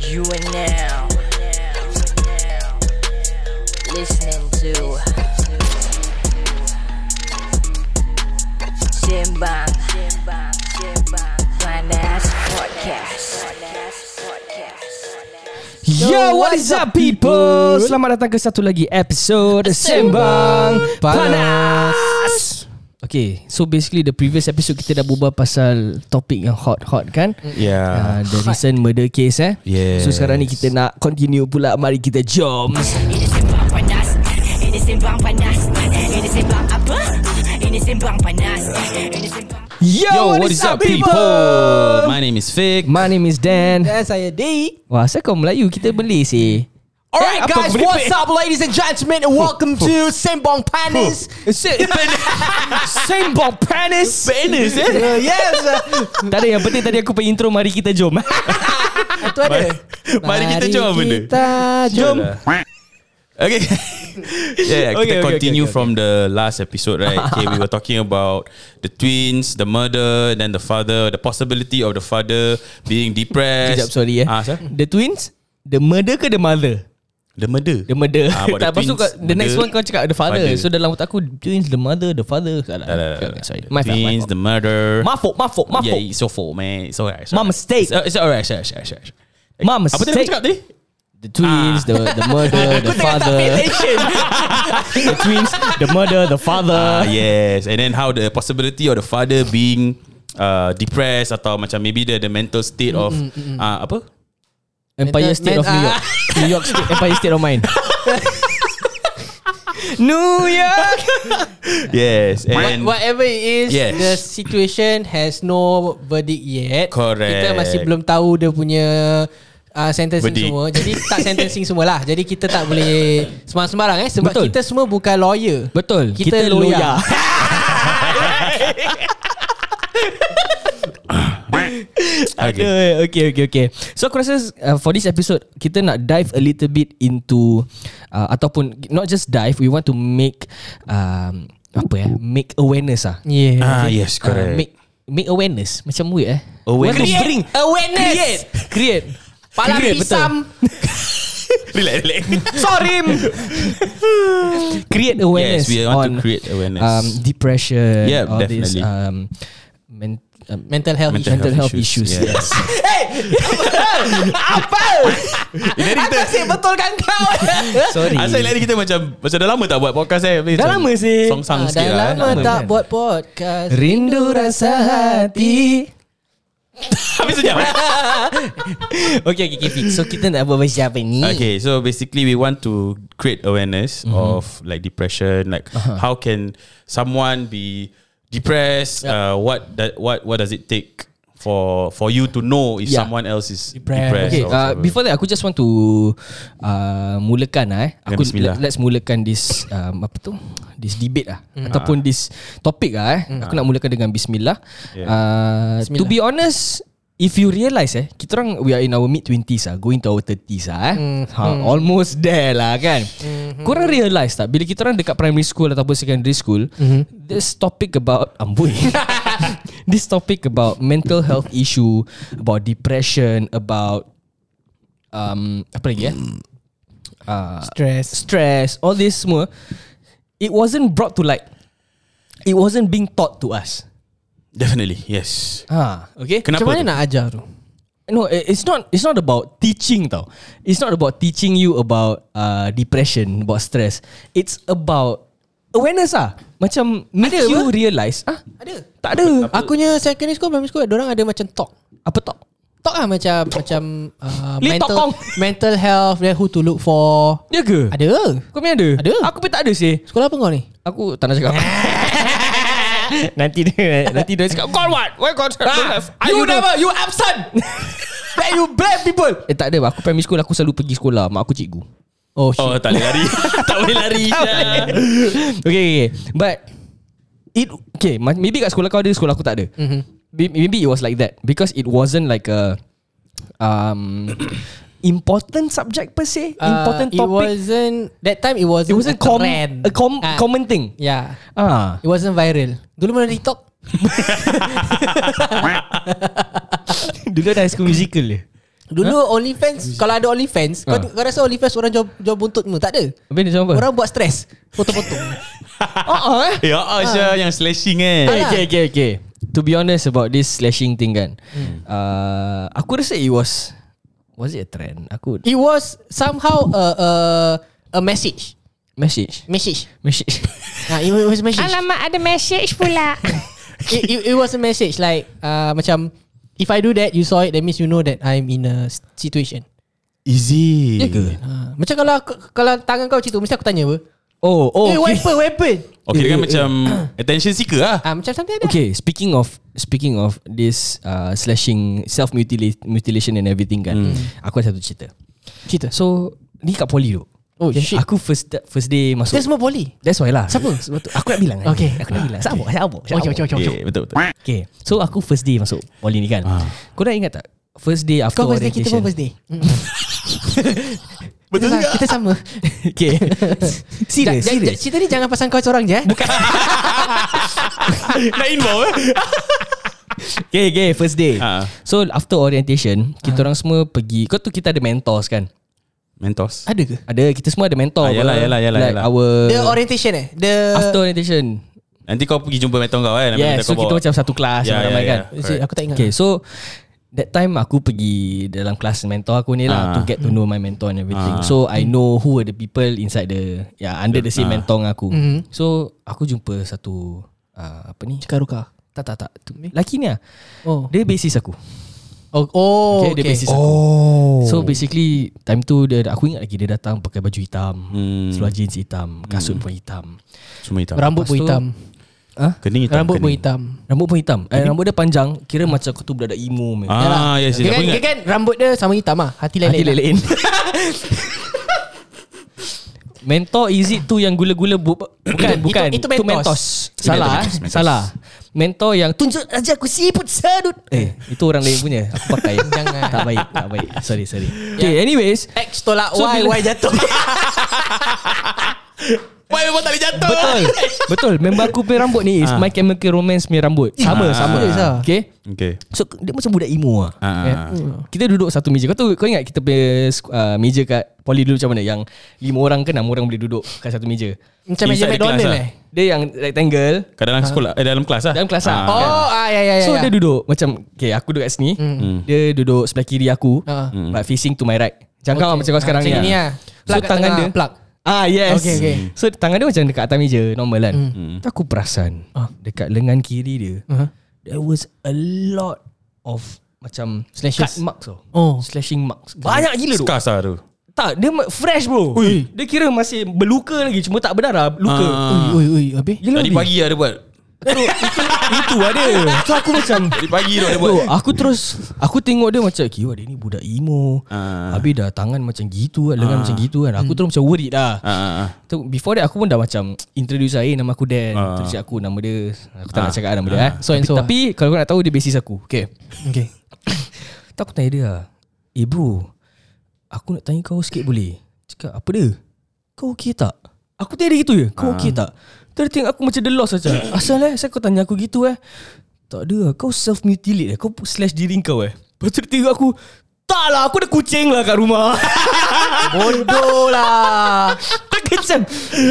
You are now listening to Simbang Finance Podcast. Yo, what is up people? Selamat datang ke satu lagi episod Sembang Panas. Okay, so basically the previous episode kita dah berbual pasal topik yang hot-hot kan? Yeah. Uh, the recent murder case eh. Yes. So sekarang ni kita nak continue pula. Mari kita jom. Ini sembang panas Ini sembang panas Ini sembang apa? Ini sembang panas Ini sembang Yo, My name is Fik. My name is Dan. Dan saya D. Wah, asal kau Melayu? Kita beli sih. Eh, Alright apa guys, benda what's ni? up ladies and gentlemen and welcome to Sembang Panis. Sembang panas. Penis eh? Uh, yes. Tak ada yang penting tadi aku punya intro. Mari kita jom. Itu ada. Mari kita cuba benda. Kita jom. Okay. yeah, Okay, yeah, okay, kita okay, okay, continue okay. from the last episode, right? okay, we were talking about the twins, the murder, then the father, the possibility of the father being depressed. Sekejap, sorry eh. Ah, sir? The twins, the murder ke the mother? The murder. The murder. Ah, about the tak, lepas tu twins, kau- the next murder. one kau cakap the father. Father. So dalam otak aku, twins, the mother, the father. Salah. Ah, ah, Okay, ah, sorry. the My fault, my twins, fault. the murder. My fault, my fault, my yeah, fault. it's your fault, man. It's alright. it's My alright. mistake. It's, uh, it's alright. It's alright. It's alright. It's alright. My Apa tadi aku mistake. cakap tadi? The twins, the the murder, the father. the twins, the murder, the Ah, father. yes. And then how the possibility of the father being uh, depressed atau macam maybe the, the mental state of Mm, uh, apa? Empire Mental- State men- of New York. New York State, Empire State of Mind. New York. Yes. And What, whatever it is, Yes. the situation has no verdict yet. Correct. Kita masih belum tahu dia punya uh, sentencing Verdict. semua. Jadi tak sentencing semua lah. Jadi kita tak boleh sembarang-sembarang eh. Sebab Betul. kita semua bukan lawyer. Betul. Kita, lawyer. Okay. Okay. okay, okay, okay. So aku rasa uh, for this episode kita nak dive a little bit into uh, ataupun not just dive, we want to make um, apa ya, make awareness ah. yeah. Ah yes, Uh, correct. make make awareness macam weird eh. Awareness. We want to Create bring awareness. create create Pala Create, pisam. relax, relax. Sorry. create awareness. Yes, we want on, to create awareness. um, depression. Yeah, all this, definitely. um, men- um, Mental health Mental issue. mental health health issues. issues, Yes. Apa? Aku asyik betulkan kau. Sorry. Asal lagi kita macam macam dah lama tak buat podcast eh. Dah lama sih. Songsang Ah, sikit dah lah. lama lama tak kan? buat podcast. Rindu rasa hati Habis sejam. eh? Okay, okay, okay. So kita nak buat macam apa ni? Okay, so basically we want to create awareness of like depression, like how can someone be depressed? Uh, what that what what does it take for for you to know if Yeah. someone else is depressed? Depressed. Okay, or uh, whatever? before that aku just want to uh, mulakan lah eh. Aku Bismillah. let, let's mulakan this um, apa tu? This debate lah Ah. ataupun this topic lah eh. Aku nak mulakan dengan bismillah. Yeah. Uh, To be honest, if you realise eh, kita orang we are in our mid 20s ah, going to our 30s ah eh. Ha, almost there lah kan. Korang realise tak bila kita orang dekat primary school ataupun secondary school, this topic about amboi. this topic about mental health issue, about depression, about um apa lagi eh? Uh, Stress. stress, all this semua it wasn't brought to light. It wasn't being taught to us. definitely yes. Ha, okay. Kenapa? Macam mana tu? nak ajar tu? No, i- it's not. It's not about teaching, tau. It's not about teaching you about uh, depression, about stress. It's about awareness ah. Macam make Ada you apa? realise ah. Ada. Tak ada. Aku punya secondary school, primary school, orang ada macam talk. Apa tak? Talk lah macam macam uh, Lee Tokong. mental mental health, then who to look for. Ya ke? Ada. Kau punya ada? Ada. Aku punya tak ada sih. Sekolah apa kau ni? Aku tak nak cakap. nanti dia nanti dia cakap call what? Why call have? You, never. Ah, you absent. Then you blame people. Eh tak ada. Aku primary school aku selalu pergi sekolah. Mak aku cikgu. Oh shit. Oh tak boleh lari Tak boleh lari okay, okay, okay. But it okay. ma- Maybe kat sekolah kau ada, sekolah aku tak ada. Mm-hmm. Maybe it was like that because it wasn't like a um important subject per se, important Uh, It topic. wasn't that time it wasn't It wasn't a com- trend. a com- Ah, common thing. Yeah. Ah, It wasn't viral. Dulu mana TikTok? dulu ada high school musical je. Dulu huh? OnlyFans Kalau ada OnlyFans ha. kau, Ha. kau rasa OnlyFans orang jual, jual buntut mu Tak ada Habis dia jawab apa? Orang buat stres Potong-potong Oh, eh. Ya ah, Syah yang slashing eh. Okay, okay, okay, okay. To be honest about this slashing thing kan. Uh, aku rasa it was was it a trend? Aku It was somehow a, a, a message message. Message Message. nah, Ha, it, it was a message ada message pula. it, it, it was a message like uh, Macam If I do that You saw it That means you know that I'm in a s- situation Easy. uh, Macam kalau aku- Kalau tangan kau macam tu Mesti aku tanya apa oh, oh. Oh, eh, okay. weapon, weapon Okay, dia Eh, kan eh, macam attention seeker lah. Ah, Macam something like that Okay, speaking of speaking of this uh, slashing self mutilation and everything kan. Aku ada satu cerita. Cerita So, ni kat poli tu. Oh, shit. Aku first first day masuk. Kita semua poli That's why lah Siapa? Aku nak bilang kan? Okay. Ah, Aku nak bilang Siapa? Siapa? Siapa? Okay, okay, okay, okay. Okay, betul betul. Okay So aku first day masuk Poli ni kan Ah. Kau nak ingat tak First day after Kau first day, orientation kita pun first day Betul juga. Kita sama- Kita sama Okay Ja- Serius ja- ja- Serius Cerita ni jangan pasang kau seorang je eh. Bukan. Nak involve eh. Okay okay first day Ah. So after orientation Ah. Kita orang semua pergi Kau tu kita ada mentors kan Mentos. Ada ke? Ada Kita semua ada mentor Ah, yalah, apa. yalah, yalah, Like yalah. our The orientation eh. The After orientation Nanti kau pergi jumpa mentor kau kan. Yeah so kita macam satu kelas Ya, ramai-ramai ya, kan ya. Cik, aku tak ingat. Okay so That time aku pergi Dalam kelas mentor aku ni lah Ah. To get to know my mentor and everything So I know who are the people Inside the yeah Under the Ah. same mentor dengan aku Mm-hmm. So aku jumpa satu uh, Apa ni Karuka. Tak tak tak Tu- Lelaki ni lah Oh. Dia basis aku Oh, oh Okay, okay. dia basis aku Oh. So basically Time tu dia Aku ingat lagi Dia datang pakai baju hitam Hmm. Seluar jeans hitam Kasut pun hitam Semua hitam. Rambut Lepas pun tu- hitam. Kening hitam. Rambut pun kening. hitam. Rambut pun hitam eh, Rambut dia panjang Kira macam kau tu budak emo man. Ah, yes, yes. Dia Aku kan, dia ingat. kan rambut dia sama hitam ah. Hati lelek. Hati lelain Mentor is it tu yang gula-gula bu- Bukan Itu- bukan itu- itu Mentos. Itu Salah Mentos, eh? Mentos. Salah Mentor yang tunjuk aja aku siput sadut Eh itu orang lain punya Aku pakai Jangan. Ya. Tak baik Tak baik Sorry sorry Okay anyways X tolak So, Y, bila- Y jatuh. Why memang tak boleh jatuh? Betul Betul Member aku punya rambut ni Ah. Is My Chemical Romance punya rambut Sama Ah. sama Serious ah? Okay Okay. So dia macam budak emo lah Ah. Eh, Kita duduk satu meja Kau tu kau ingat kita punya uh, meja kat Poli dulu macam mana Yang lima orang ke enam orang boleh duduk kat satu meja Inside Macam meja the McDonald class lah. eh. Dia yang rectangle Kat dalam sekolah, eh dalam kelas lah. Ah. Dalam kelas lah Ah. kan? Oh, ah ya ya ya. So ya. dia duduk Macam Okay aku duduk kat sini Dia duduk sebelah kiri aku Ah. But facing to my right Jangka okay. macam kau sekarang ni Macam ni lah. ah. So Plug kat tangan tengah, dia plug. Ah yes Okay, okay. So tangan dia macam dekat atas meja Normal kan Hmm. Tu Aku perasan Ah. Dekat lengan kiri dia Uh-huh. There was a lot of Macam Slashes. Cut marks tau Oh. Slashing marks Banyak gila tu Scars lah tu. Tak dia ma- fresh bro Ui. Dia kira masih berluka lagi Cuma tak berdarah Luka Ui ui ui habis. Gila Ah. Tadi habis. pagi lah dia buat. Itu ada So aku macam Tadi pagi tu dia buat. Bro, aku terus Aku tengok dia macam Kiwa dia ni budak emo Ah. Hmm. Habis dah tangan macam gitu kan Lengan macam gitu kan Aku terus macam worried lah Ah, ah, ah. Tu, Before that aku pun dah macam Introduce saya Nama aku Dan Ah. Introduce aku Nama dia Aku tak nak Ah. cakap nama dia eh. So and tapi, so lah. tapi kalau kau nak tahu Dia basis aku Okay Okay. Tu aku tanya dia Eh bro Aku nak tanya kau sikit boleh Cakap apa dia Kau okey tak Aku tanya dia gitu je Kau okey tak Terus dia tengok aku macam the lost saja. Asal eh Saya kau tanya aku gitu eh Tak ada lah. Kau self mutilate eh Kau slash diri kau eh Lepas tu dia tengok aku Tak lah aku ada kucing lah kat rumah Bodoh lah. Aku macam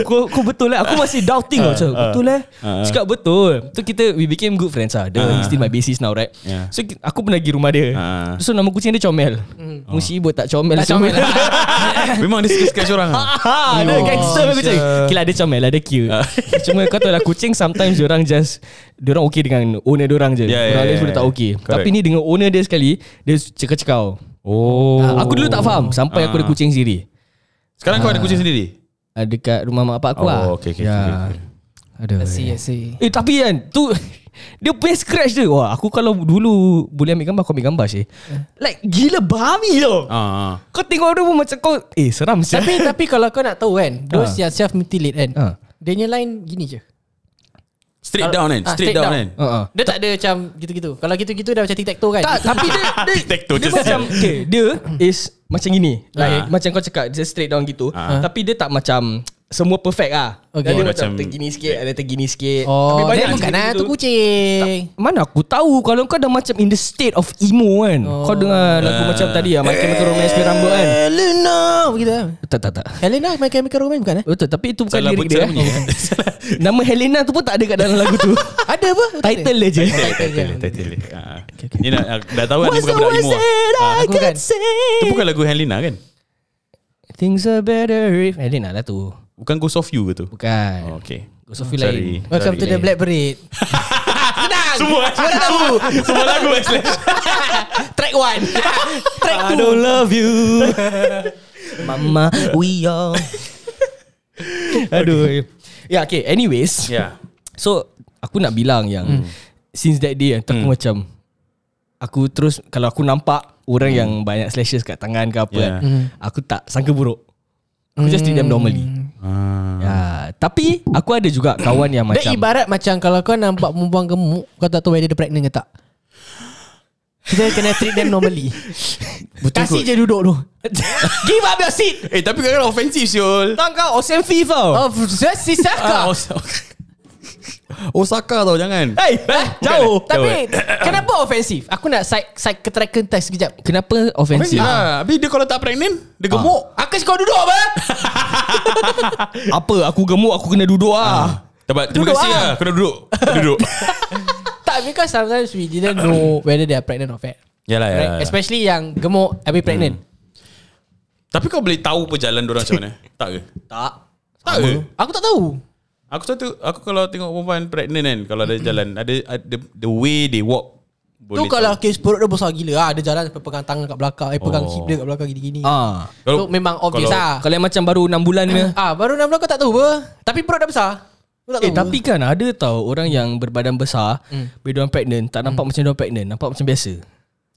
kau, kau betul lah Aku masih doubting uh, Ah, Macam betul lah uh, Cakap betul Tu kita We became good friends lah Dia uh, still my basis now right Ah, Yeah. So ki- aku pernah pergi rumah dia Ah. So nama kucing dia comel Musibah tak comel Hmm. Tak comel lah. ah. Memang dia suka scratch orang. Ha, dia Oh, gangster punya kucing. Okay lah, dia comel lah, dia cute. Ah. Cuma kau tahu lah, kucing sometimes diorang just, diorang okay dengan owner diorang je. Yeah, yeah, orang lain yeah, semua tak yeah. okay. Correct. Tapi ni dengan owner dia sekali, dia cekau-cekau. Oh. Ah, aku dulu tak faham, sampai aku ada Ah. kucing sendiri. Sekarang kau ada kucing sendiri? Ah, Dekat rumah mak bapak aku Oh, lah. okay, okay, okay, Ya. okay. Aduh. Si si. Eh tapi kan tu dia punya scratch dia. Wah, aku kalau dulu boleh ambil gambar, aku ambil gambar sih. Eh. Like gila babi tau. Ah. ah. Kau tengok dia pun macam kau eh seram sih. Tapi tapi kalau kau nak tahu kan, those yang self mutilate kan. Ah. Dia punya line gini je. Straight down kan? Ah, Straight down kan? Ah, ah. Dia tak ada macam gitu-gitu. Kalau gitu-gitu dah macam tic-tac-toe kan. Tak tapi dia dia, Tic-tac-toe dia je macam okay, dia is macam gini. Like Ah. macam kau cakap dia straight down gitu. Ah. Tapi dia tak macam semua perfect ah. Ada Oh, Okay. macam macam- tergini sikit, ada tergini sikit. Oh, banyak macam dia bukan lah gitu. tu kucing. Mana aku tahu Kalau kau dah macam In the state of emo kan oh. Kau dengar lagu macam tadi lah My Chemical Romance Punya rambut kan Helena begitu. lah. Tak tak tak Helena My Chemical Romance bukan eh? Betul tapi itu bukan Salah lirik dia pun salah eh. bunyi kan? Salah. Nama Helena tu pun tak ada kat dalam lagu tu Oh, Ada apa? Title dia je Title dia, title dia. Ah. Ni nak ah, dah tahu kan dia What's bukan the budak worst emo. that ah. I aku can kan. say Itu bukan lagu Helena kan? Things are better if Helena lah tu Bukan Ghost of You ke tu? Bukan Oh, okay. Ghost of You Sorry. lain Welcome to Sorry. the Black Parade. Senang. Semua semua semua lagu actually. Ah, Track 1. Track I don't love you Mama we all Aduh Ya yeah, okay anyways Yeah. So aku nak bilang yang hmm. since that day aku hmm. macam aku terus kalau aku nampak orang hmm. yang banyak slashes kat tangan ke apa yeah. Yeah. kan, hmm. aku tak sangka buruk. Aku hmm. just treat them normally. Ah. Ya, tapi aku ada juga kawan yang macam Dia ibarat macam kalau kau nampak perempuan gemuk, kau tak tahu whether dia pregnant ke tak. Kita kena treat them normally. Kasih je duduk tu. Give up your seat. Eh tapi kadang-kadang offensive Syul. Tang kau Osen FIFA. Of si Ah, Saka. Os- Osaka tau jangan. Hey, jauh. Eh, Tapi kenapa ofensif? Aku nak psych psych tracker test sekejap. Kenapa offensive? lah. Ah, Habis dia kalau tak pregnant Dia Ah. gemuk Aku kau duduk apa? Apa aku gemuk aku kena duduk ah. Terima, terima Duduk kasih ah. lah Kena duduk Kena duduk tak because sometimes we didn't know whether they are pregnant or fat. Yalah, yalah, Right? yalah. Especially yang gemuk Hmm. habis pregnant. Tapi kau boleh tahu pun jalan dorang macam mana Tak ke? Tak. Tak ke? Aku tak tahu. Aku satu Aku kalau tengok perempuan pregnant kan Kalau ada jalan Ada, ada The way they walk Tu boleh kalau tahu. kes perut dia besar gila ah, Dia jalan sampai pegang tangan kat belakang Eh pegang Oh. hip dia kat belakang gini-gini Ah. ah. Tu memang obvious kalau- lah Kalau yang macam baru 6 bulan ke ah, Baru 6 bulan kau tak tahu apa Tapi perut dah besar Kau tak Eh tahu tapi kan ada tau orang yang berbadan besar Hmm. mm. bila orang pregnant tak nampak mm. macam dia pregnant, nampak macam biasa.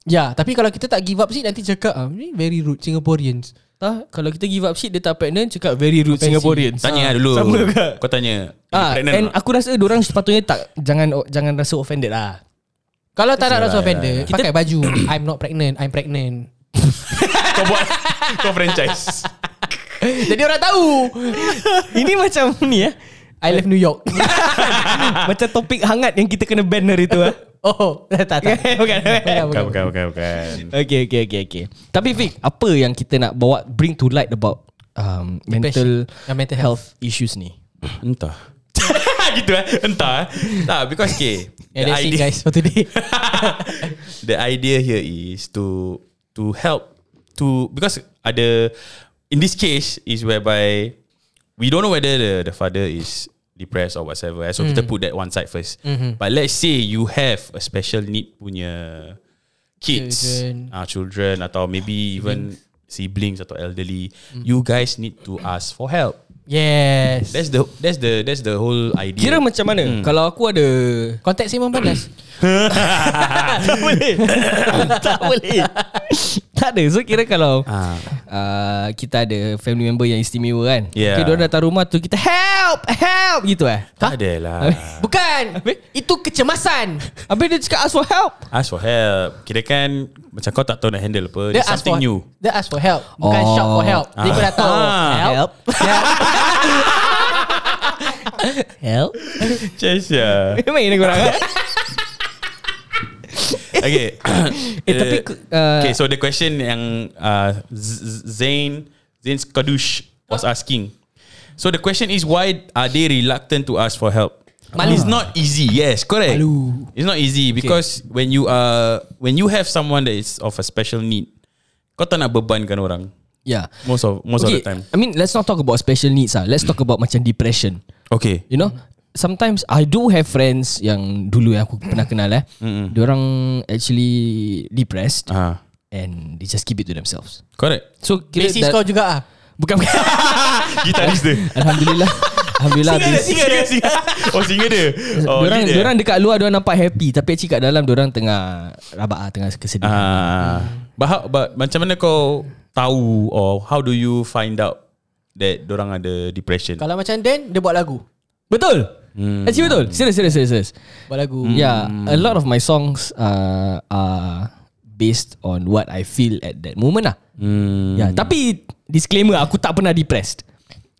Ya tapi kalau kita tak give up sih Nanti cakap ah, Ni very rude Singaporeans Tah kalau kita give up shit dia tak pregnant cakap very rude Singaporeans. Tanya lah dulu Sama ke? Kau tanya Ah, pregnant and tak? aku rasa orang sepatutnya tak jangan jangan rasa offended lah. Kalau tak nak rasa offended Kita- Pakai baju I'm not pregnant I'm pregnant Kau buat Kau franchise Jadi orang tahu Ini macam ni eh. I love New York macam topik hangat yang kita kena ban hari tu ah. Oh tak tak, tak. Bukan. Bukan, bukan. Bukan bukan bukan, bukan. Okay, okay, okay, okay. Tapi Fik, apa yang kita nak bawa bring to light about um, mental Depression. Ah, mental health issues ni? Entah Gitu eh Entah eh Tak because okay Yeah, the that's it idea- guys for today the idea here is to to help to because ada in this case is whereby we don't know whether the, the father is depressed or whatsoever. eh. So kita Hmm. put that one side 1st Mm-hmm. But let's say you have a special need punya kids, Children. ah children atau maybe even siblings atau elderly, Mm. you guys need to ask for help. Yes That's the that's the that's the whole idea. Kira macam mana? Hmm. Kalau aku ada Kontak Simon Panas tak boleh Tak boleh Tak ada So kira kalau Ah. uh, Kita ada family member yang istimewa kan Okay Yeah. diorang datang rumah tu Kita help Help Gitu eh tak ada lah. Bukan Itu kecemasan Habis dia cakap ask for help Ask for help. Kira kan macam kau tak tahu nak handle apa. Dia It's ask something new. for Dia ask for help Bukan Oh. shout for help Dia Ah. kena tahu Ah. Help Help Chesha. Main ni korang kan? Okay. Eh, tapi ke- uh, okay, so the question yang uh, Z- Z- Zain Zain Skadush was asking. So the question is why are they reluctant to ask for help? Malu. It's not easy. Yes, correct. Malu. It's not easy because when you are when you have someone that is of a special need, kau tak nak bebankan orang. Yeah Most of most okay, of the time. I mean let's not talk about special needs ah. Let's talk about macam depression Okay. You know Sometimes I do have friends Yang dulu yang aku pernah kenal eh mm Diorang actually Depressed Ah, uh, And they just keep it to themselves correct. So kira Basis that- kau juga ah. Bukan bukan Gitaris dia. Alhamdulillah Alhamdulillah habis singa dia, singa. Oh, singa dia. Oh, Lah, Diorang, dia. diorang dekat luar Diorang nampak happy Tapi actually kat dalam Diorang tengah Rabak ah, Tengah kesedihan Ah, but, how, but macam mana kau tahu or how do you find out that orang ada depression? Kalau macam Dan Dia buat lagu Betul hmm. Actually betul Serius serius serius, serius. Buat lagu Hmm. Yeah A lot of my songs uh, Are Based on what I feel At that moment lah Hmm. yeah, Tapi Disclaimer Aku tak pernah depressed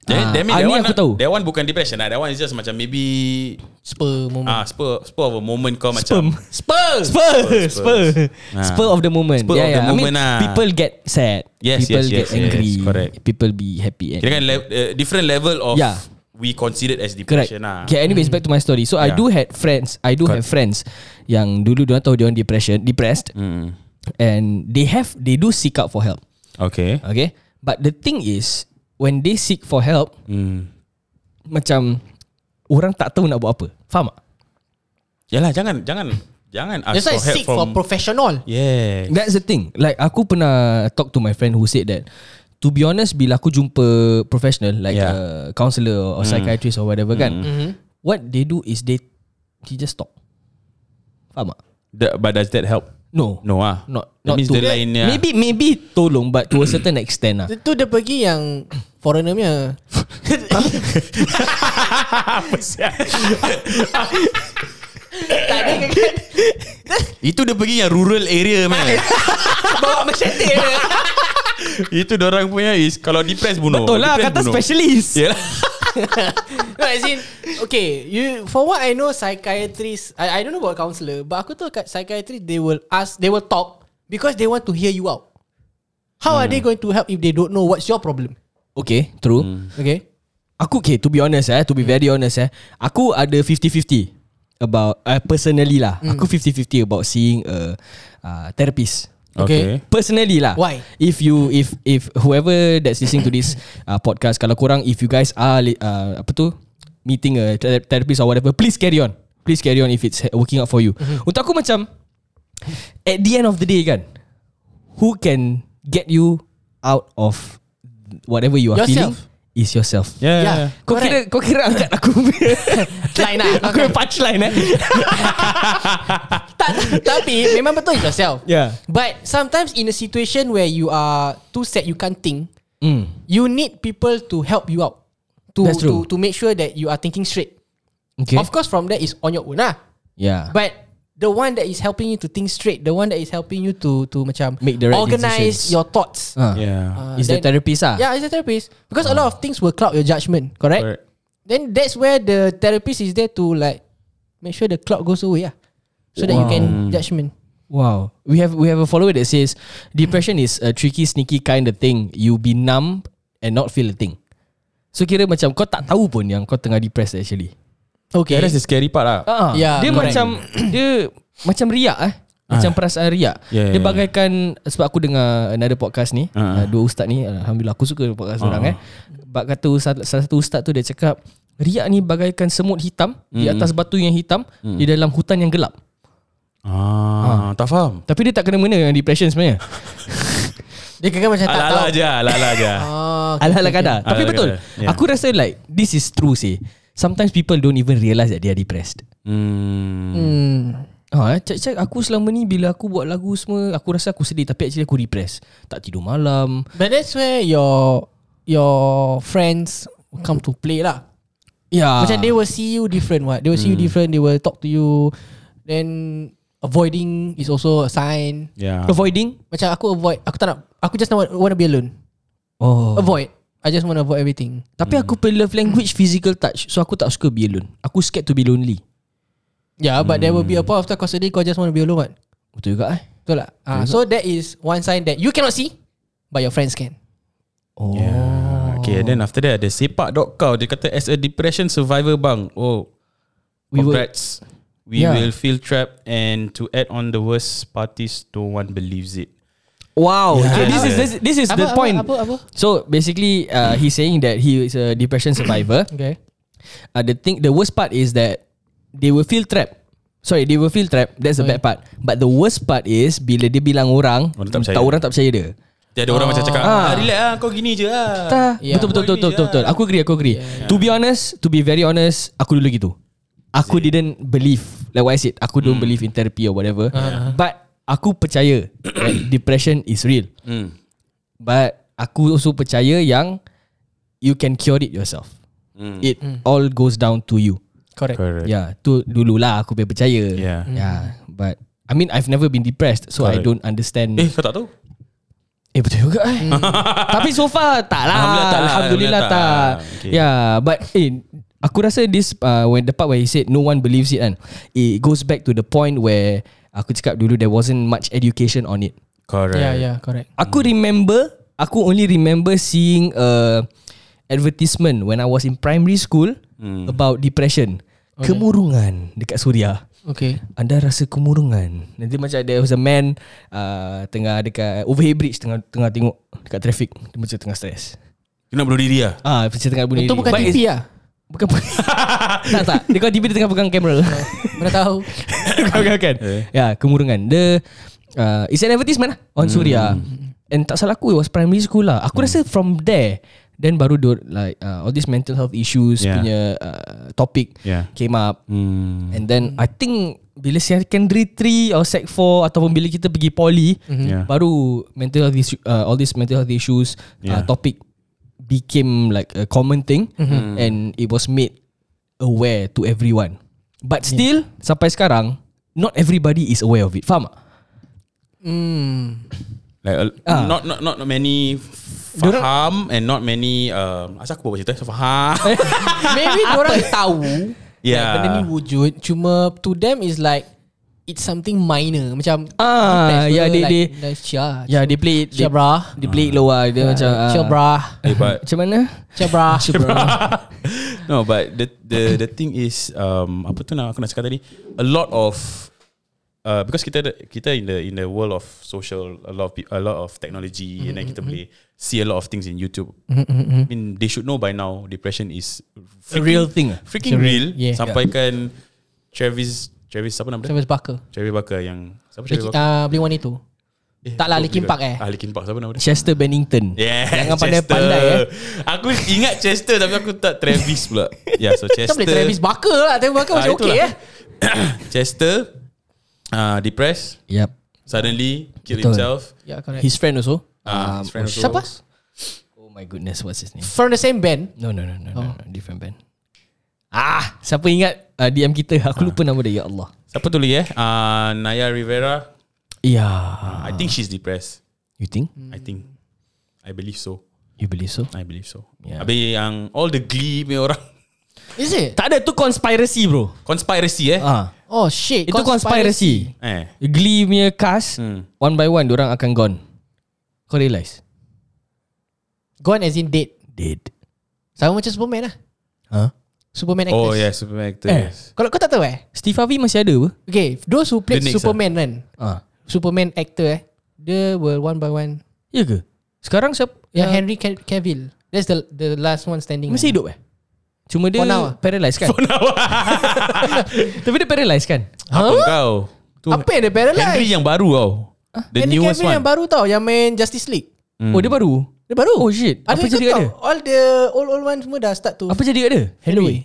That, Ah, that mean ah, that ni one, aku aku tahu. That one bukan depression lah. That one is just macam maybe Spur moment. ah spur spur of a moment kau Sperm. macam Spur. Spur. Spur. Ah. Spur of the moment. Spur of the I mean, moment ah. People get sad. Yes, people yes, get yes, yes, angry. correct. People be happy. And kira kan le- uh, different level of Yeah. we considered as Correct. depression lah. Okay, anyways, back to my story. So I Yeah. do had friends. I do have friends yang dulu dia tahu dia orang depression, depressed, Mm. and they have they do seek out for help. Okay. Okay, but the thing is, when they seek for help, Mm. macam orang tak tahu nak buat apa. Faham tak? Yalah Ya lah, jangan jangan jangan ask That's why for help seek from for professional. Yeah. That's the thing. Like aku pernah talk to my friend who said that. To be honest, bila aku jumpa professional like Yeah. Mm. Mm-hmm. yeah. a counselor or, or psychiatrist or whatever kan, what they do is they he just talk. Faham tak? The, but does that help? No. No ah. Not not That means to. the line yeah. Maybe maybe tolong but to a certain extent lah. Itu dia pergi yang foreigner punya. Itu dia pergi yang rural area man. Bawa machete dia. Itu orang punya is kalau depressed bunuh. Betul lah Depressed kata bunuh. specialist. Yalah. No, as in, okay, you for what I know, psychiatrists, I, I don't know about counselor, but aku tahu kat psychiatrist they will ask, they will talk because they want to hear you out. How are they Hmm. going to help if they don't know what's your problem? Okay, true. Hmm. Okay. Aku okay to be honest eh To be very honest eh Aku ada 50-50 About uh, Personally lah Aku 50-50 about seeing a uh, Therapist Okay. Personally lah Why? If you If if whoever that's listening to this uh, Podcast Kalau korang If you guys are li- uh, Apa tu Meeting a ther- therapist or whatever Please carry on Please carry on If it's ha-, working out for you Mm-hmm. Untuk aku macam At the end of the day kan Who can Get you Out of Whatever you are Yourself. feeling Is yourself Yeah. Yeah. yeah. kau Correct. kira kau kira angkat aku punya Line lah. aku punya punchline eh. Ta- tapi memang betul it's yourself. Yeah. But sometimes in a situation where you are too sad, you can't think, mm. you need people to help you out. To, That's true. to to make sure that you are thinking straight. Okay. Of course, from that is on your own lah. yeah. But the one that is helping you to think straight, the one that is helping you to to macam Make the right organize decisions. your thoughts. Ah. Yeah. Uh, Is the then- therapist ah? Yeah, it's a therapist because a lot of things will cloud your judgment, correct? Correct. Then that's where the therapist is there to like make sure the cloud goes away, yeah, so that you Mm. can judgment. Wow. We have we have a follower that says depression is a tricky sneaky kind of thing. You be numb and not feel a thing. So kira macam kau tak tahu pun yang kau tengah depressed actually. Okay. Yeah, that's the scary part lah. Ah, Yeah, dia correct. macam dia macam riak eh. Macam perasaan riak Yeah, Dia yeah, bagaikan Sebab aku dengar Another podcast ni uh. Ah. Dua ustaz ni Alhamdulillah aku suka Podcast uh. orang eh Bak kata ustaz, Salah satu ustaz tu dia cakap Riak ni bagaikan semut hitam Di atas batu yang hitam Di dalam hutan yang gelap Ah, tak faham. Tapi dia tak kena-mena Dengan depression sebenarnya Dia kira macam tak Ala-ala tahu. je, ala-ala je. Ah, okay, Ala-ala okay, okay. kadar Tapi Ala-ala betul kadar, yeah. Aku rasa like This is true sih Sometimes people don't even realise That they are depressed Hmm. Hmm. Ha, cak cak aku selama ni bila aku buat lagu semua aku rasa aku sedih tapi actually aku repress. Tak tidur malam. But that's where your your friends will come to play lah. Ya. Macam they will see you different what. They will Mm. see you different, they will talk to you. Then avoiding is also a sign. Ah. Yeah. avoiding. Macam aku avoid, aku tak nak, aku just want, want to be alone. Oh. Avoid. I just want to avoid everything. Tapi aku pilih love language physical touch. So aku tak suka be alone. Aku scared to be lonely. Yeah, Ya, but there will be a point after kau sedih, kau just want to be alone what. Betul juga eh. Betul tak? Ah, so that is one sign that you cannot see, but your friends can. Oh. Yeah. Ya. Okay, and then after that ada sepak dok kau dia kata as a depression survivor bang. Oh. We will- Congrats. We Yeah. will feel trapped and to add on the worst parties no one believes it. Wow. So this is Yeah. this, this is the Apa- apa- point. apa- apa? So basically uh, he's saying that he is a depression survivor. Okay. uh, the thing the worst part is that they will feel trapped. Sorry, they will feel trapped. That's the bad part. But the worst part is bila dia bilang orang, Orang tak percaya. orang tak percaya dia. Dia ada orang macam cakap, ah, relax ah kau gini je ah. Tak. Yeah. Betul, betul, betul, betul, betul, betul. Aku agree, aku agree. To be honest, to be very honest, aku dulu gitu. Aku didn't believe, like what I said, aku Hmm. don't believe in therapy or whatever. But aku percaya that depression is real. Hmm. But aku also percaya yang you can cure it yourself. Hmm. It all goes down to you. Correct. Correct. Ya. Yeah, tu dululah aku boleh percaya. Ya, Yeah. Yeah, but I mean I've never been depressed so I Hmm. Correct. don't understand. Eh, kau tak tahu? Eh betul juga eh. Tapi so far tak lah. Alhamdulillah tak lah. Alhamdulillah tak. Alhamdulillah tak. Okay. Yeah, but eh aku rasa this uh, when the part where he said no one believes it kan. It goes back to the point where aku cakap dulu there wasn't much education on it. Correct. Yeah, yeah, Ya, correct. Aku Hmm. remember Aku only remember seeing a advertisement when I was in primary school Hmm. about depression. Kemurungan dekat Suria. Okay. Anda rasa kemurungan. Nanti macam there was a man uh, tengah dekat overhead bridge tengah tengah tengok dekat traffic dia macam tengah stres. You nak bunuh diri lah. Ah, macam tengah bunyi. Itu bukan TV lah. Bukan. tak tak. Dia kalau TV dia tengah pegang Oh. kamera. Mana tahu. Bukan bukan Eh. Ya kemurungan The uh, It's an advertisement lah On Hmm. Suria And tak salah aku It was primary school lah Aku rasa from there Then baru dia like uh, all these mental health issues Yeah. punya uh, topic Yeah. came up Hmm. and then I think bila secondary 3 or sec 4 ataupun bila kita pergi poly Yeah. baru mental health issue, uh, all these mental health issues uh, Yeah. topic became like a common thing Mm. and it was made aware to everyone but still sampai sekarang not everybody is aware of it faham tak Like a, Ah. not, not not not many faham and not many um, asal aku buat cerita so faham. Maybe orang tahu yeah. Yeah. benda Ah. ni wujud. Cuma to them is like it's something minor. Macam Ah, yeah, they- they- Cia. yeah they play it they, Cia bra. they play it low ah dia macam ah, Cia bra. eh, but macam mana Cia bra. Cia bra. no, but the the the thing is um, apa tu nak aku nak cakap tadi a lot of uh, because kita ada- kita in the in the world of social a lot of pe- a lot of technology and Mm-hmm, then kita boleh see a lot of things in YouTube. I mean they should know by now depression is a real thing ah. freaking real. Yeah. Sampaikan Travis Travis siapa nama dia? Travis Barker. Travis Barker yang siapa Travis Barker? Uh, beli warna itu. Eh, tak lah, aku Linkin forgot. Park eh? Ah Linkin Park siapa nama dia? Chester Bennington Yeah, Jangan Chester. pandai-pandai, eh. Aku ingat Chester tapi aku tak Travis pula. Yeah, so Kita Chester. boleh Travis Barker lah. Travis Barker Ah, masih okay itulah. eh. Chester uh, depressed, yep suddenly kill Betul. himself. Yeah, correct. his friend also Um, Ah, his friend also. Siapa? oh my goodness what's his name From the same band. No no no no, no, no. different band. Ah, siapa ingat uh, DM kita? Aku lupa nama dia. Ya Allah. Siapa tu lagi eh? Uh, Naya Rivera. Ya. I think Ah. she's depressed. You think? I think. I believe so. You believe so? I believe so. Yeah. Habis yang all the glee punya orang Is it? Tak ada tu conspiracy bro. conspiracy eh. Ah, Oh shit. itu conspiracy. Eh. Glee punya cast Hmm. one by one orang akan gone. Kau realise? Gone as in dead. Dead. Sama macam Superman lah. Huh? Superman actress. Oh yeah, Superman actor. Eh. yes. Kalau kau tak tahu eh? Steve Harvey masih ada apa? Okay, those who played The next Superman kan. Ah. Superman actor eh. They were one by one. Ya ke? Sekarang siapa? Yeah, Henry Ca- Cavill. That's the the last one standing. masih hidup eh? Cuma dia Hmm. For now ah? paralyzed kan? Tapi dia paralyzed kan? Apa kau? Tu Apa yang dia paralyzed? Henry yang baru tau. The Henry newest Cavill one. yang baru tau yang main Justice League. Oh dia baru? Dia baru. Oh shit. Ada Apa kau jadi kat tahu? dia? All the old old one semua dah start to Apa jadi kat dia? fade away.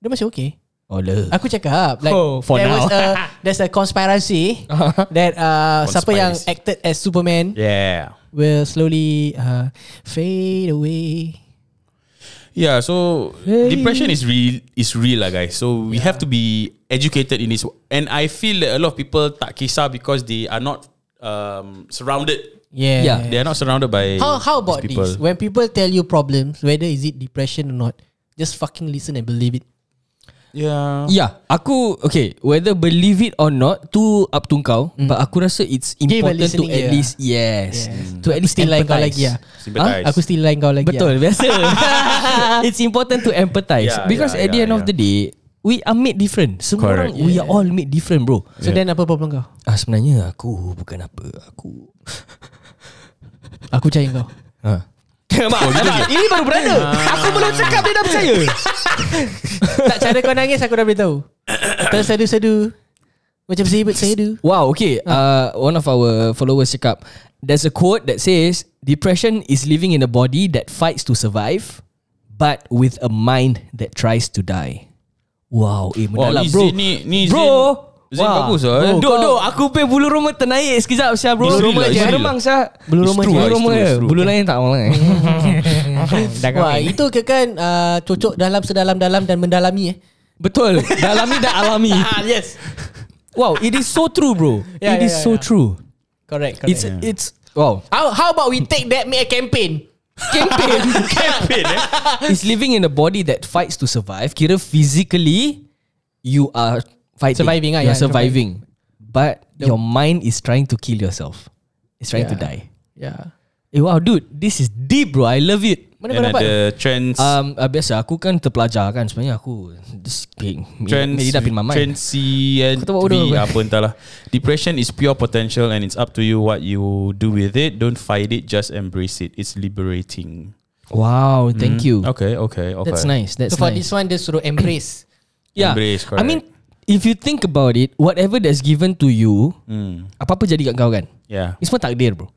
Dia masih okay. Oh le. Aku cakap ah, like Oh, for there now. Uh-huh. was a there's a conspiracy that uh, siapa yang Conspiracy. acted as Superman Yeah. will slowly uh, fade away. Yeah, so depression is real is real lah guys. So we have to be educated in this and I feel that a lot of people tak kisah because they are not um surrounded. Yeah. Yeah. They are not surrounded by How how these about people. this? When people tell you problems, whether is it depression or not, just fucking listen and believe it. Yeah. Yeah, Ya, aku okay. Whether believe it or not, tu up to kau. Mm. But aku rasa it's Give a important to listening at ear. least yes, to at least Still lain kau empathize. lagi ya. Sympathize. Aku still lain kau lagi. ah. Betul, biasa. it's important to empathize Yeah, because at yeah, the yeah, end of yeah. the day, we are made different. Semua orang, Correct. we are all made different, bro. Ah. So then apa problem kau? Ah, sebenarnya aku bukan apa. Aku Aku percaya kau. Ha. Oh, Ini baru berada. Ah. Aku belum cakap dia dah percaya. tak cara kau nangis aku dah beritahu. Tersedu-sedu. Macam seibut sedu. Wow, okay. Uh, one of our followers cakap, there's a quote that says, depression is living in a body that fights to survive, but with a mind that tries to die. Wow, eh Wah, mendalam ni bro. Zain ni, ni bro. Zain, Zain bagus lah. Eh. Bro, Dok, dok, aku pay bulu rumah ternaik sekejap siap bro. Bulu rumah je. Remang sah. Bulu rumah je. Bulu rumah It's je. true. Bulu lain tak malang eh. Wah, itu ke kan uh, cocok dalam sedalam-dalam dan mendalami eh. Betul. Dalam ni dah alami. Ah, yes. Wow, it is so true bro. Yeah, it yeah, is yeah, so yeah. true. Correct, correct. It's it's Wow. How, how about we take that make a campaign? Campaign. Campaign eh is living in a body that fights to survive. Kira physically, you are fighting. Surviving ah, You're yeah, surviving. But your mind is trying to kill yourself. It's trying to Yeah. die. Yeah. Eh, wow, dude. This is deep, bro. I love it. Mana kau And dapat? ada trends Um, uh, biasa aku kan terpelajar kan Sebenarnya aku Just being Trends, Made it up in my mind transient Kau tahu bodoh V, apa? apa entahlah. Depression is pure potential and it's up to you what you do with it. Don't fight it, just embrace it. It's liberating. Wow thank you Hmm. Okay, okay, okay. Mm. That's nice That's so for nice this one, dia suruh embrace. Yeah. Embrace, I mean, if you think about it, whatever that's given to you, Mm, apa-apa jadi kat kau kan? yeah, It's semua takdir, bro.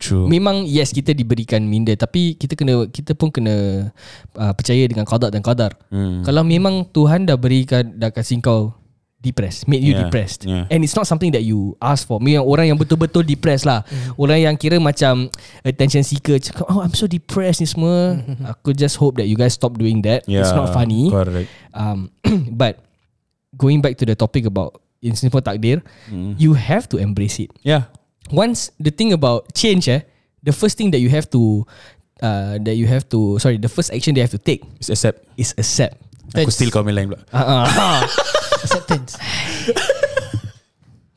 true. Memang yes kita diberikan minda tapi kita kena kita pun kena uh, percaya dengan qada dan qadar. Hmm. Kalau memang Tuhan dah berikan dah kasih kau depressed, made you Yeah, depressed. yeah. And it's not something that you ask for. Memang orang yang betul-betul depressed lah. Orang yang kira macam attention seeker cakap, "Oh, I'm so depressed ni semua." Aku just hope that you guys stop doing that. Yeah, It's not funny. Correct. Um, but going back to the topic about in Singapore takdir, Hmm. you have to embrace it. Yeah, Once the thing about change, eh, the first thing that you have to, uh, that you have to, sorry, the first action they have to take it's accept. is accept. Aku still kau main lain pula. Acceptance.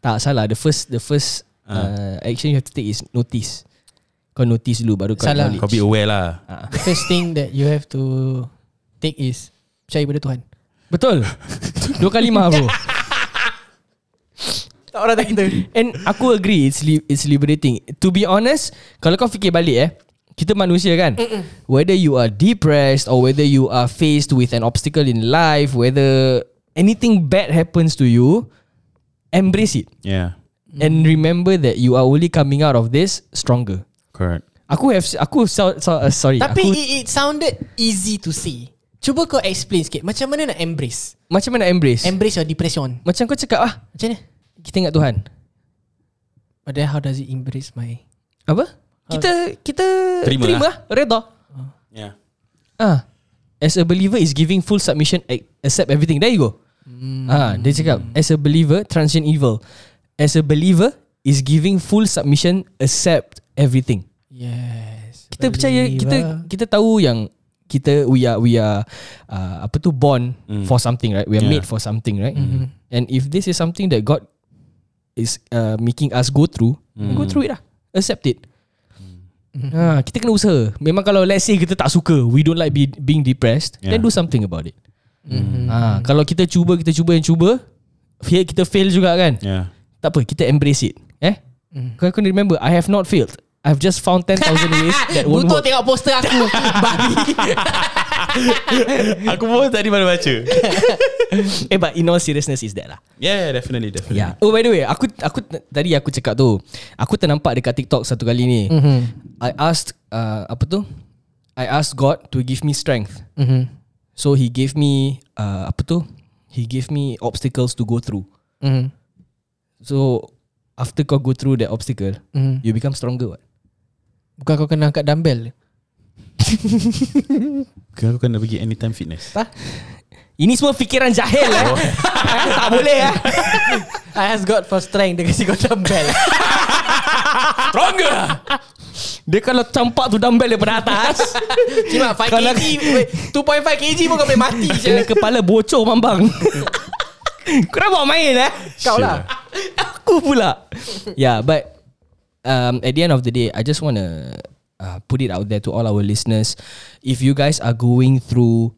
Tak salah. The first, the first uh, action you have to take is notice. Kau notice dulu baru kau Salah. acknowledge. Kau be aware lah. Ah. The first thing that you have to take is percaya pada Tuhan. Betul. Dua kali mah bro. Tak orang tak kita. And aku agree it's li- it's liberating. To be honest, kalau kau fikir balik eh, kita manusia kan. Mm-mm. Whether you are depressed or whether you are faced with an obstacle in life, whether anything bad happens to you, embrace it Yeah, mm. and remember that you are only coming out of this stronger. correct. Aku have aku so, so, uh, Eh, sorry. Tapi aku, it, it sounded easy to say. Cuba kau explain sikit Macam mana nak embrace macam mana embrace? Em- Embrace your depression macam kau cakap ah, Macam mana kita ingat Tuhan. But then how does it embrace my Apa? Kita kita Terima terima lah, redha. Yeah. Ah, as a believer is giving full submission, ac- accept everything. There you go. Ah, dia cakap as a believer transient evil. As a believer is giving full submission, accept everything. Yes ah. Kita percaya kita kita tahu yang kita we are we are uh, apa tu born for something right? We are Yeah. made for something right? And if this is something that God is uh, making us go through, go through it lah. Accept it. Ha, kita kena usaha. Memang kalau let's say kita tak suka, we don't like be, being depressed, yeah. then Yeah. do something about it. Mm-hmm. Ha, kalau kita cuba, kita cuba yang cuba, fail kita fail juga kan. Yeah. Yeah. Tak apa, kita embrace it. Eh? Mm. Kau kena remember, I have not failed. I've just found 10,000 ways that won't Butuh work. tengok poster aku Babi Aku pun tadi baru baca. Eh, but in all seriousness is that lah. Yeah, definitely, definitely. Yeah. Oh by the way, aku aku tadi aku cakap tu. Aku ternampak dekat TikTok satu kali ni. Mm-hmm. I asked uh, apa tu? I asked God to give me strength. Mm-hmm. So he gave me uh, apa tu? He gave me obstacles to go through. mm. So after kau go through that obstacle, mm-hmm. you become stronger. What? Bukan kau kena angkat dumbbell Kau kau kena pergi anytime fitness. Ini semua fikiran jahil eh. Ah, tak boleh eh. I ask God for strength Dia kasi kau dumbbell Stronger. Dia kalau campak tu dumbbell daripada atas, Cuma 5 Kalau- kg weh, 2.5 kg pun kau boleh mati je kena kepala bocor bambang. Kau bawa main eh. Kau lah Aku pula Yeah but um, At the end of the day I just wanna uh, Put it out there to all our listeners If you guys are going through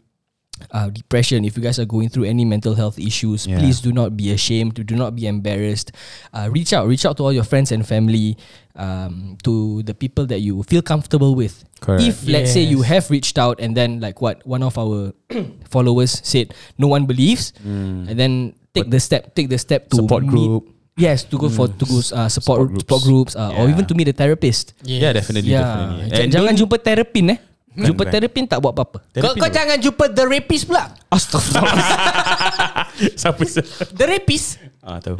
uh, depression if you guys are going through any mental health issues Yeah. please do not be ashamed do not be embarrassed uh, reach out reach out to all your friends and family um, to the people that you feel comfortable with Correct. if let's say you have reached out and then like what one of our followers said no one believes and then take the step take the step to Mm. Support meet- group. Yes, to go for to go uh, support groups. support groups, uh, or Hmm. Yeah. even to meet a therapist. Yeah, definitely, definitely. Ja- And jangan don't- jumpa terapin eh. jumpa bukan. terapin tak buat apa-apa. kau, Therapy kau pun. jangan jumpa The Rapist pula Astagfirullah. Siapa The Rapist Ah, tahu.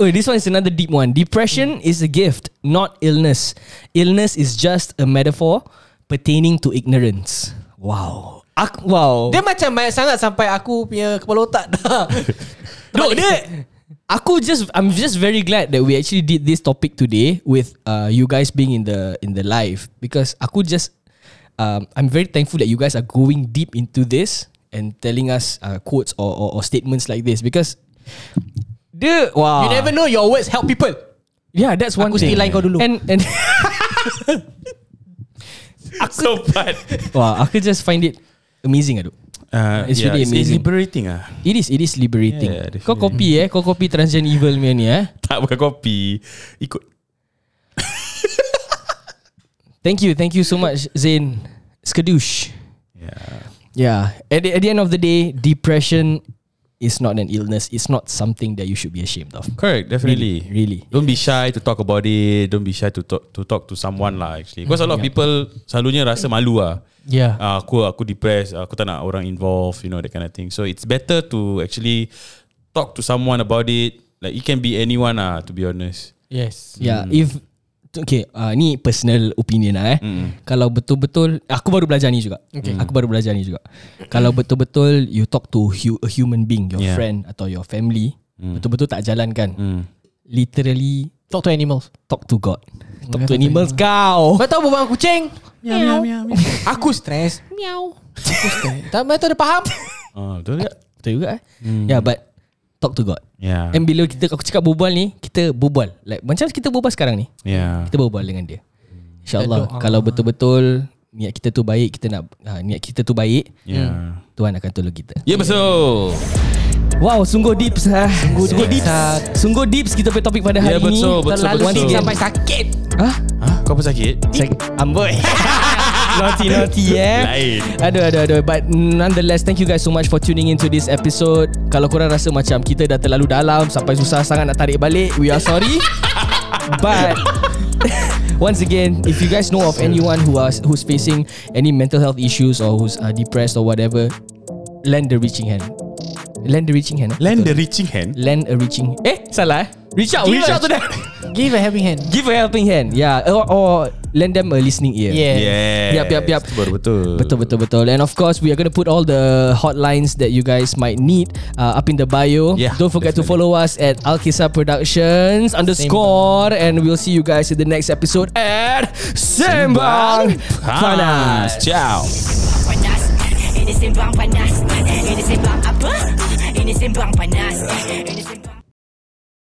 oh, this one is another deep one. Depression Hmm. is a gift, not illness. Illness is just a metaphor pertaining to ignorance. Wow. Ak- wow. Oh. Dia macam banyak sangat sampai aku punya kepala otak dah. No, Balik. dia Aku just I'm just very glad that we actually did this topic today with uh, you guys being in the in the live because aku just um, I'm very thankful that you guys are going deep into this and telling us uh, quotes or, or or statements like this because the wow You never know your words help people. yeah that's one Aku thing still like kau dulu. and and so bad. wow aku just find it amazing aduk Uh, It's really amazing. liberating ah. it is it is liberating Yeah, kau definitely. copy eh kau copy transgen evil punya ni eh Tak bukan kopi. Ikut. Thank you, thank you so much, Zain Skadoosh. Yeah. Yeah. At the, at the end of the day, depression is not an illness. It's not something that you should be ashamed of. Correct, definitely. Really, really. Don't be shy to talk about it. Don't be shy to talk to talk to someone lah actually. Because a lot of people selalunya rasa malu ah. Yeah. Ah, aku aku depressed, aku tak nak orang involved, you know that kind of thing. So it's better to actually talk to someone about it. Like it can be anyone ah to be honest. Yes. Yeah. Hmm. If okay, uh, ni personal opinion lah eh. Hmm. Kalau betul-betul, aku baru belajar ni juga. Okay. Aku baru belajar ni juga. Kalau betul-betul you talk to hu- a human being, your Yeah. friend atau your family, betul-betul tak jalankan. Hmm. Literally Talk to animals. talk to God. Talk to animals kau. Kau tahu berbual kucing? Meow. Aku stres. Meow. Tak betul dia faham. Ah, betul tak? Betul juga eh. Hmm. Yeah, but talk to God. Yeah. And bila kita aku cakap berbual ni, kita berbual. Like macam kita berbual sekarang ni, Yeah. kita berbual dengan dia. Hmm. InsyaAllah kalau betul-betul niat kita tu baik, kita nak ha, niat kita tu baik, Yeah. Tuhan akan tolong kita. Ya yeah, betul. Wow, sungguh deeps ha. Sungguh, sungguh deeps. deeps. Sungguh deeps kita punya topik pada hari Ya, betul, ini. betul, Terlalu betul. deep sampai sakit. Hah? Ha? Kau pun sakit? Check amboi. naughty naughty eh. Lain. Aduh aduh aduh but nonetheless thank you guys so much for tuning into this episode. Kalau korang rasa macam kita dah terlalu dalam sampai susah sangat nak tarik balik, we are sorry. but Once again, if you guys know of anyone who are who's facing any mental health issues or who's uh, depressed or whatever, lend the reaching hand. Lend the reaching hand. eh? Land the Betul. reaching hand. lend a reaching. Eh, salah. eh? Reach out, reach out to them. Give a helping hand. Give a helping hand. Yeah, or, or lend them a listening ear. Yeah. Yes. Yap, yap, yap. Betul betul. Betul betul betul And of course We are going to put all the Hotlines that you guys Might need uh, Up in the bio Yeah, Don't forget to follow definitely. us At Alkisa Productions Underscore And we'll see you guys In the next episode At Sembang Panas Panas. Ciao. panas Ini sembang panas Ini sembang apa? Ini sembang panas Ini sembang